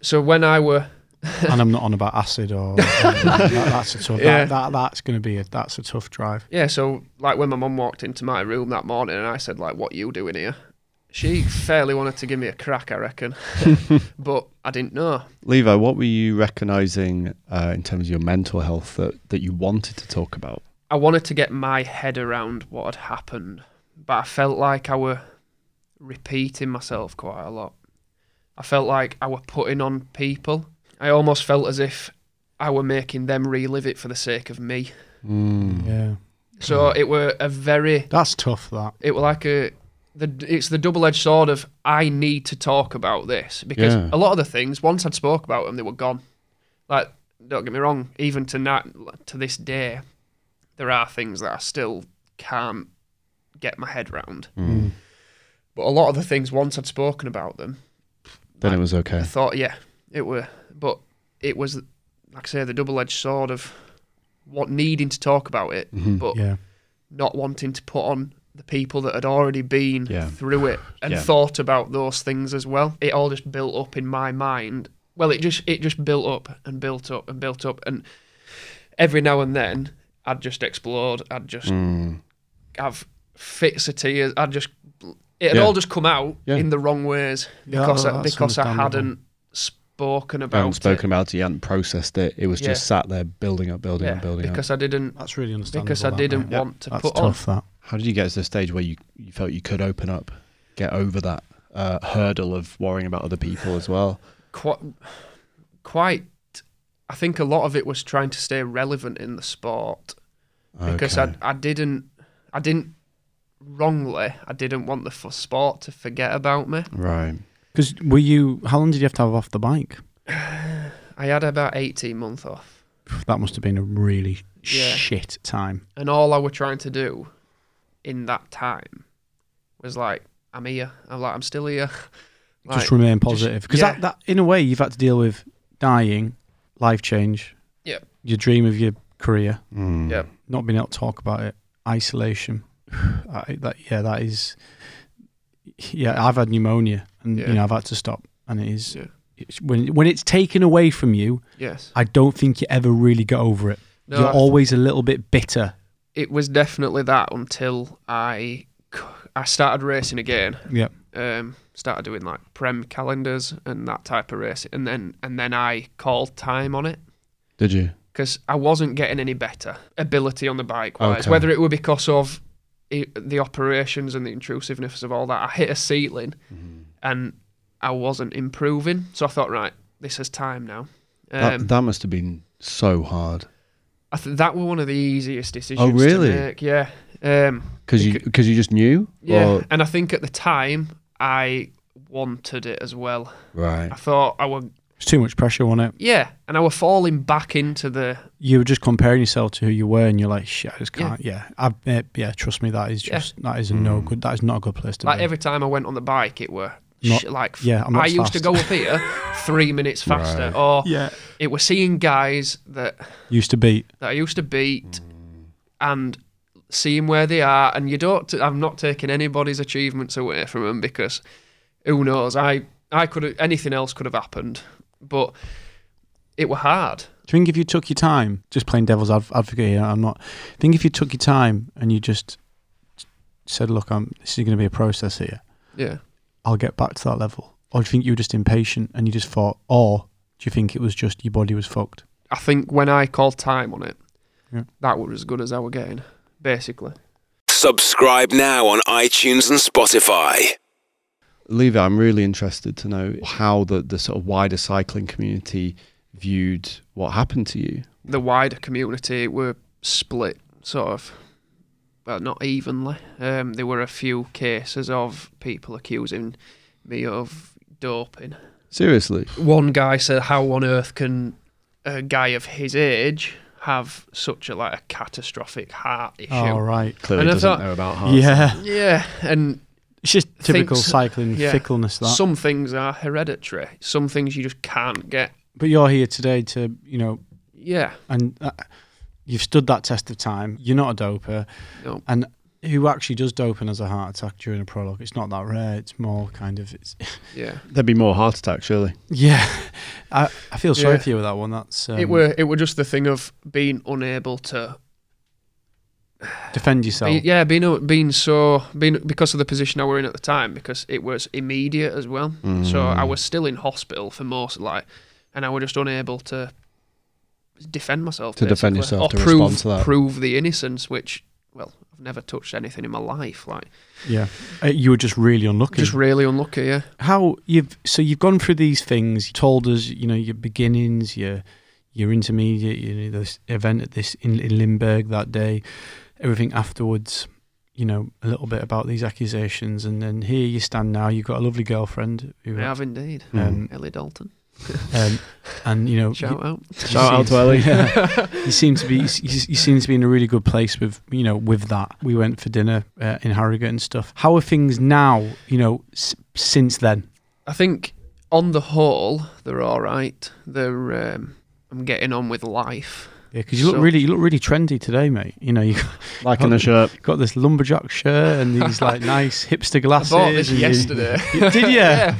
so when I were [LAUGHS]
and I'm not on about acid or. that, that's a tough.
Yeah.
That, that that's going to be a. That's a tough drive.
Yeah, so like when my mum walked into my room that morning and I said like, "What you doing here?" She fairly wanted to give me a crack, I reckon, but I didn't know.
Levo, what were you recognizing uh, in terms of your mental health that, that you wanted to talk about?
I wanted to get my head around what had happened, but I felt like I were repeating myself quite a lot. I felt like I were putting on people. I almost felt as if I were making them relive it for the sake of me.
Yeah.
So it were a very
That's tough. That.
it were like a the it's the double-edged sword of I need to talk about this because
Yeah.
a lot of the things once I'd spoke about them they were gone. Like don't get me wrong, even to na- to this day, there are things that I still can't get my head round. But a lot of the things once I'd spoken about them,
Then it was okay.
I thought, yeah, it were. But it was, like I say, the double-edged sword of what needing to talk about it, but
Yeah.
not wanting to put on the people that had already been
Yeah.
through it and
Yeah.
thought about those things as well. It all just built up in my mind. Well, it just it just built up and built up and built up, and every now and then I'd just explode. I'd just
Mm.
have fits of tears. I'd just it had
Yeah.
all just come out
Yeah.
in the wrong ways
Yeah, oh,
because I,
that's
because I
understandable.
hadn't spoken
I
about
hadn't spoken
it.
about it, you hadn't processed it. It was
Yeah.
just sat there building up, building
Yeah,
up, building up.
because I didn't
That's really understandable.
because I
that,
didn't
mate.
want to
That's
put on.
tough. That.
How did you get to the stage where you, you felt you could open up, get over that uh, hurdle of worrying about other people as well?
quite, quite. I think a lot of it was trying to stay relevant in the sport because
Okay.
I, I didn't, I didn't wrongly, I didn't want the f- sport to forget about me.
Right.
Because were you? How long did you have to have off the bike?
I had about eighteen month off,
That must have been a really
Yeah.
shit time.
and all I were trying to do in that time was like, I'm here, I'm like, I'm still here. [LAUGHS] Like,
just remain positive because
yeah.
that, that in a way you've had to deal with dying, life change,
Yep.
your dream of your career,
Mm.
yeah,
not being able to talk about it, isolation. [SIGHS] I, that yeah, that is yeah. I've had pneumonia and
Yeah.
you know I've had to stop, and it is
Yeah.
it's, when when it's taken away from you,
yes.
I don't think you ever really get over it.
No,
You're
I-
always a little bit bitter.
it was definitely that until I, c- I started racing again.
Yep.
um, started doing like prem calendars and that type of racing, and then and then I called time on it
Did you?
because I wasn't getting any better ability on the bike wise.
Okay.
Whether it were because of i the operations and the intrusiveness of all that, I hit a ceiling,
Mm-hmm.
and I wasn't improving. So I thought, right, this is time now. Um,
that, that must have been so hard.
I th- that were one of the easiest decisions.
Oh, really?
To make. Yeah. Um,
Because you, cause you just knew?
yeah,
Or-
and I think at the time I wanted it as well.
right.
I thought I were
It's too much pressure on it.
Yeah, and I were falling back into the
You were just comparing yourself to who you were, and you're like, "Shit, I just can't." Yeah, I've, eh, yeah. Trust me, that is
Yeah. Mm.
just that is a no good. That is not a good place to
like
be.
every time I went on the bike, it were
Not-
sh- like f-
yeah, I'm not
I used to
fast.
go up
[LAUGHS]
here three minutes faster, or
Yeah.
it were seeing guys that
Used to be.
that I used to beat
Mm.
and seeing where they are, and you don't. T- I'm not taking anybody's achievements away from them because who knows? I I could have anything else could have happened, but it were hard.
Do you think if you took your time, just playing devil's adv- advocate here, I'm not. I think if you took your time and you just said, "Look, I'm this is going to be a process here.
Yeah.
I'll get back to that level," or do you think you were just impatient and you just thought, or do you think it was just your body was fucked?
I think when I called time on it,
Yeah.
that was as good as I were getting, basically.
Subscribe now on iTunes and Spotify.
Levi, I'm really interested to know how the, the sort of wider cycling community viewed what happened to you.
The wider community were split, sort of, but not evenly. Um, there were a few cases of people accusing me of doping.
Seriously.
One guy said, "How on earth can a guy of his age have such a like a catastrophic heart issue?"
Oh right,
Clearly
And I
doesn't
thought-
know about heart.
yeah.
Yeah, and
[LAUGHS] It's just typical
so-
cycling
yeah.
fickleness. That.
Some things are hereditary. Some things you just can't get.
but you're here today to you know,
Yeah.
and uh, you've stood that test of time. You're not a doper,
No.
and who actually does dope and has a heart attack during a prologue? It's not that rare. It's more kind of it's
Yeah.
There'd be more heart attacks, surely.
Yeah, I, I feel sorry
Yeah.
for you with that one. That's um,
it were it were just the thing of being unable to.
defend yourself.
be- yeah, being being so being because of the position I were in at the time because it was immediate as well. So
Mm.
I was still in hospital for most like, and I were just unable to defend myself
To defend
basically,
yourself,
or
to
prove
respond to that.
prove the innocence which. Well, I've never touched anything in my life. Like,
Yeah, Uh, you were just really unlucky.
just really unlucky. Yeah,
How you've so you've gone through these things. You told us, you know, your beginnings, your your intermediate, you know, this event at this in, in Limburg that day, everything afterwards. You know a little bit about these accusations, and then here you stand now. You've got a lovely girlfriend, who,
I have indeed.
um,
Ellie Dalton,
um, and you know,
[LAUGHS]
shout out.
Shout out to Ellie.
[LAUGHS]
you seem to be you, s- you seem to be in a really good place with you know with that. We went for dinner uh, in Harrogate and stuff. How are things now? You know, s- since then.
I think on the whole they're all right. They're um, I'm getting on with life.
Yeah, because you look
So-
really you look really trendy today, mate. You know, you [LAUGHS]
Like in the shirt.
got this lumberjack shirt and these
[LAUGHS]
like nice hipster glasses.
I bought this
and you-
[LAUGHS]
yesterday.
You- did you?
[LAUGHS]
yeah.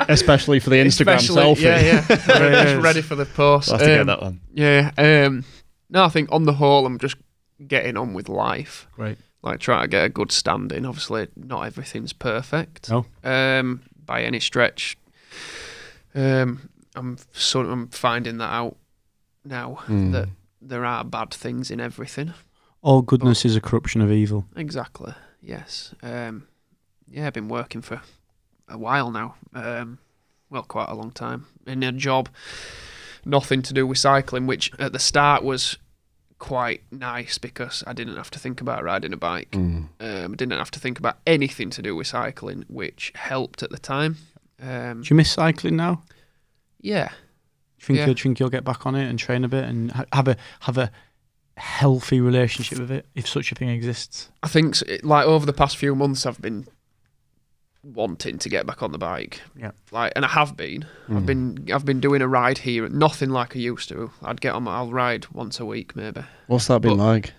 E-, Especially for the Instagram
Especially-
selfie. [LAUGHS]
Yeah, yeah.
Yes.
Just ready for the post.
I'll have to get
Um,
that one.
Yeah. Um, no, I think on the whole I'm just getting on with life.
Great.
Like trying to get a good standing. Obviously, not everything's perfect.
No.
Um, by any stretch. Um, I'm sort of I'm finding that out now
Mm.
that there are bad things in everything.
All goodness is a corruption of evil.
Exactly. Yes. Um, yeah, I've been working for a while now. Um, well, quite a long time in a job, nothing to do with cycling, which at the start was quite nice because I didn't have to think about riding a bike.
Mm.
Um, I didn't have to think about anything to do with cycling, which helped at the time. Um,
Do you miss cycling now?
yeah,
Do you think
Yeah.
you'll do you think you'll get back on it and train a bit and ha- have a have a healthy relationship with it if such a thing exists?
I think s- it- like over the past few months I've been wanting to get back on the bike.
Yeah.
Like, and I have been.
Mm.
I've been I've been doing a ride here, nothing like I used to. I'd get on, my- I'll ride once a week maybe.
What's that been
But-
like?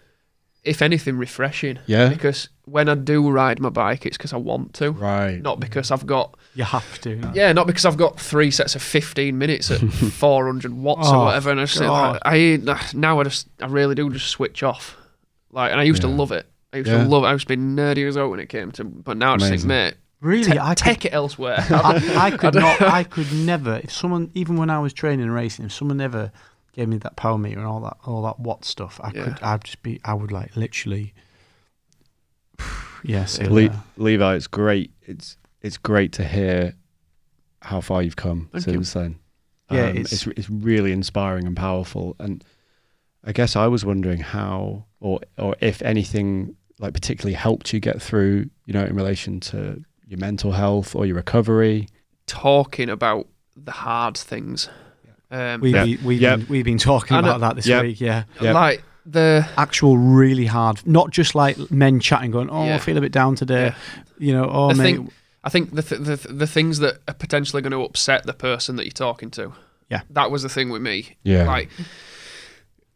If anything, refreshing.
Yeah.
Because when I do ride my bike, it's because I want to,
Right.
not because I've got
You have to. no?
yeah, not because I've got three sets of fifteen
[LAUGHS]
minutes at four hundred watts
Oh,
or whatever. And I just
God.
I, I now I just I really do just switch off. Like, and I used
Yeah.
to love it. I used
Yeah.
to love. it. I used to be nerdy as out when it came to, but now I just
Amazing.
think, mate,
Really,
ta-
I could
take
[LAUGHS]
it elsewhere. [LAUGHS]
I, I could not. I could never. If someone, even when I was training and racing, if someone ever gave me that power meter and all that, all that watt stuff, I could. I'd just be. I would like literally. [SIGHS] Yes. Yeah,
Le-
yeah.
Levi, it's great. It's it's great to hear how far you've come
Thank
since then.
Yeah,
um,
it's-
it's, it's really inspiring and powerful. And I guess I was wondering how or or if anything like particularly helped you get through, you know, in relation to your mental health or your recovery.
talking about the hard things. Um,
We've,
Yeah.
be- we've,
Yeah.
been, we've been talking
And, uh,
about that this
yeah.
week. Yeah.
Yeah.
Like the
Actual really hard. Not just like men chatting, going, "Oh, I
Yeah.
feel a bit down today."
Yeah.
You know, "Oh,
the
mate."
thing, I think the, th- the th- the things that are potentially going to upset the person that you're talking to.
Yeah.
that was the thing with me.
Yeah.
like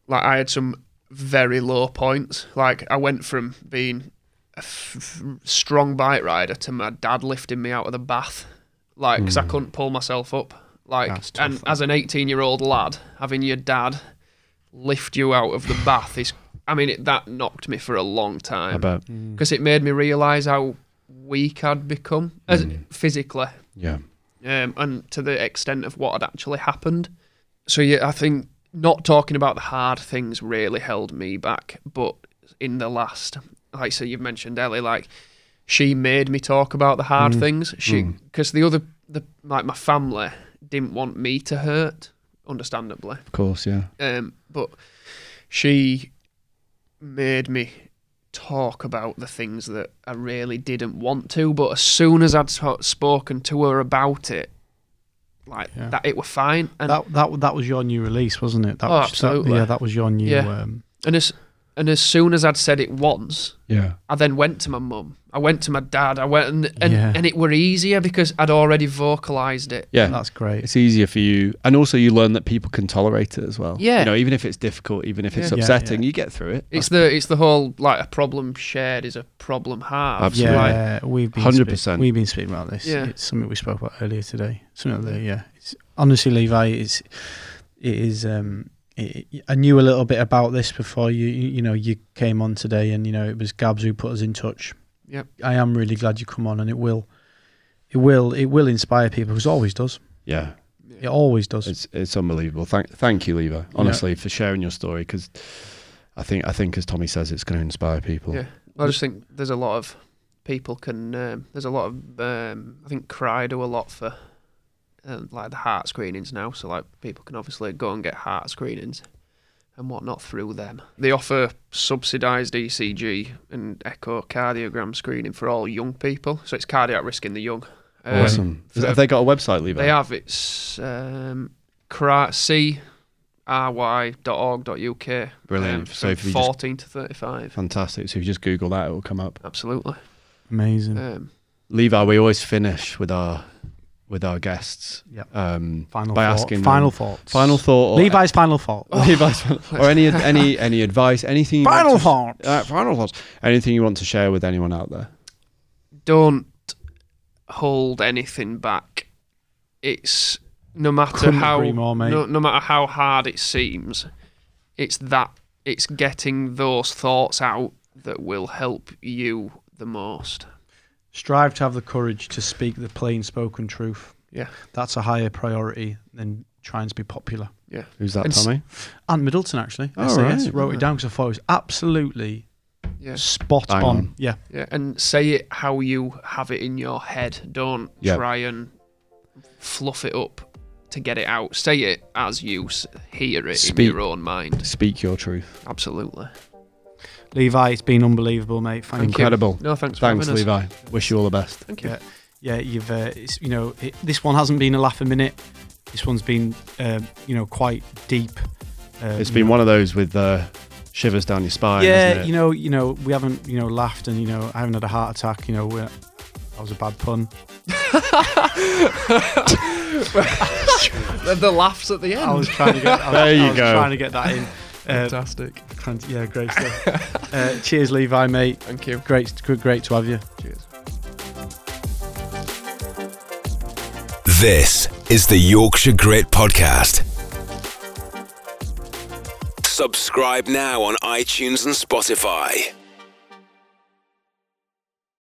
like I had some very low points. Like I went from being a f- f- strong bike rider to my dad lifting me out of the bath, like because I couldn't pull myself up. Like,
That's tough,
and
that.
as an 18 year old lad, having your dad lift you out of the bath is, I mean, it, that knocked me for a long
I
time
bet.
Mm.
because it made me realise how weak I'd become as, physically
Yeah.
um, and to the extent of what had actually happened. So yeah, I think not talking about the hard things really held me back. But in the last, like so you've mentioned Ellie, like she made me talk about the hard things. She because the other the like my family didn't want me to hurt, understandably.
Of course. Yeah.
Um, but she made me talk about the things that I really didn't want to. But as soon as I'd sp- spoken to her about it, like
Yeah.
that, it were fine. And
that that that was your new release, wasn't it? That
Oh,
was,
absolutely.
That, yeah, that was your new.
Yeah.
Um,
and as and as soon as I'd said it once,
Yeah.
I then went to my mum. I went to my dad. I went and and,
Yeah.
and it were easier because I'd already vocalized it.
Yeah.
that's great.
it's easier for you, and also you learn that people can tolerate it as well.
Yeah.
You know, even if it's difficult, even if it's
Yeah.
Yeah,
upsetting,
yeah.
you get through it.
It's the it's the whole like a problem shared is a problem halved.
Absolutely.
Like,
Yeah, we've been
100%.
speak- we've been speaking about this.
Yeah.
It's something we spoke about earlier today. Something like that, yeah. It's honestly, Levi, it's it is. Um, it, I knew a little bit about this before you you you know you came on today, and you know it was Gabs who put us in touch.
Yep.
I am really glad you come on, and it will, it will, it will inspire people because it always does.
yeah,
It always does.
it's it's unbelievable. Thank thank you, Levi, honestly, for sharing your story because I think I think as Tommy says, it's going to inspire people.
Yeah, I just think there's a lot of people can. Um, there's a lot of. Um, I think Cry do a lot for um, like the heart screenings now, so like people can obviously go and get heart screenings and whatnot through them. They offer subsidised ECG and echocardiogram screening for all young people, so it's cardiac risk in the young. Um,
Awesome. Is-
so-
have they got a website, Levi?
They have it's um, Cry C R Y dot org dot UK.
Brilliant.
Um,
So
so
if you just-
fourteen to thirty five.
Fantastic. So if you just Google that, it will come up.
Absolutely.
Amazing.
Um,
Levi, we always finish with our with our guests.
Yep.
Um,
final
by
thought.
asking
final
them-
thoughts.
final thought. Or
Levi's final thought. [LAUGHS]
[LAUGHS] Levi's final- or any any any advice, anything. you want
final
to-
thoughts.
Uh, final thoughts. Anything you want to share with anyone out there?
don't hold anything back. It's no matter
Couldn't
how
agree more, mate.
No, no matter how hard it seems, it's that it's getting those thoughts out that will help you the most.
Strive to have the courage to speak the plain spoken truth.
Yeah,
That's a higher priority than trying to be popular.
yeah,
Who's that,
And s-
Tommy?
And Middleton actually,
Oh,
SAS
right.
wrote it down because I thought it was absolutely
yeah,
spot
Bang
on.
on.
Yeah,
yeah. And say it how you have it in your head. Don't
Yeah.
try and fluff it up to get it out. Say it as you s- hear it
Speak.
in your own mind.
Speak your truth.
Absolutely.
Levi, it's been unbelievable, mate. Thank you.
Thank you.
Incredible.
No, thanks. For
Thanks,
having us.
Levi. Wish you all the best.
Thank you.
Yeah. Yeah, you've uh, it's, you know it, this one hasn't been a laugh a minute. This one's been um, you know quite deep. Uh,
It's
you
been
know,
one of those with uh, shivers down your spine.
yeah,
isn't it?
you know, you know, we haven't, you know, laughed, and you know, I haven't had a heart attack. You know, we're, that was a bad pun.
The, the laughs at the end.
I was trying to get. I was,
There you
I was
go.
Trying to get that in. Uh,
Fantastic.
and- yeah, great stuff. uh, cheers, Levi, mate.
Thank you.
Great, great to have you.
Cheers.
This is the Yorkshire Grit Podcast. Subscribe now on iTunes and Spotify.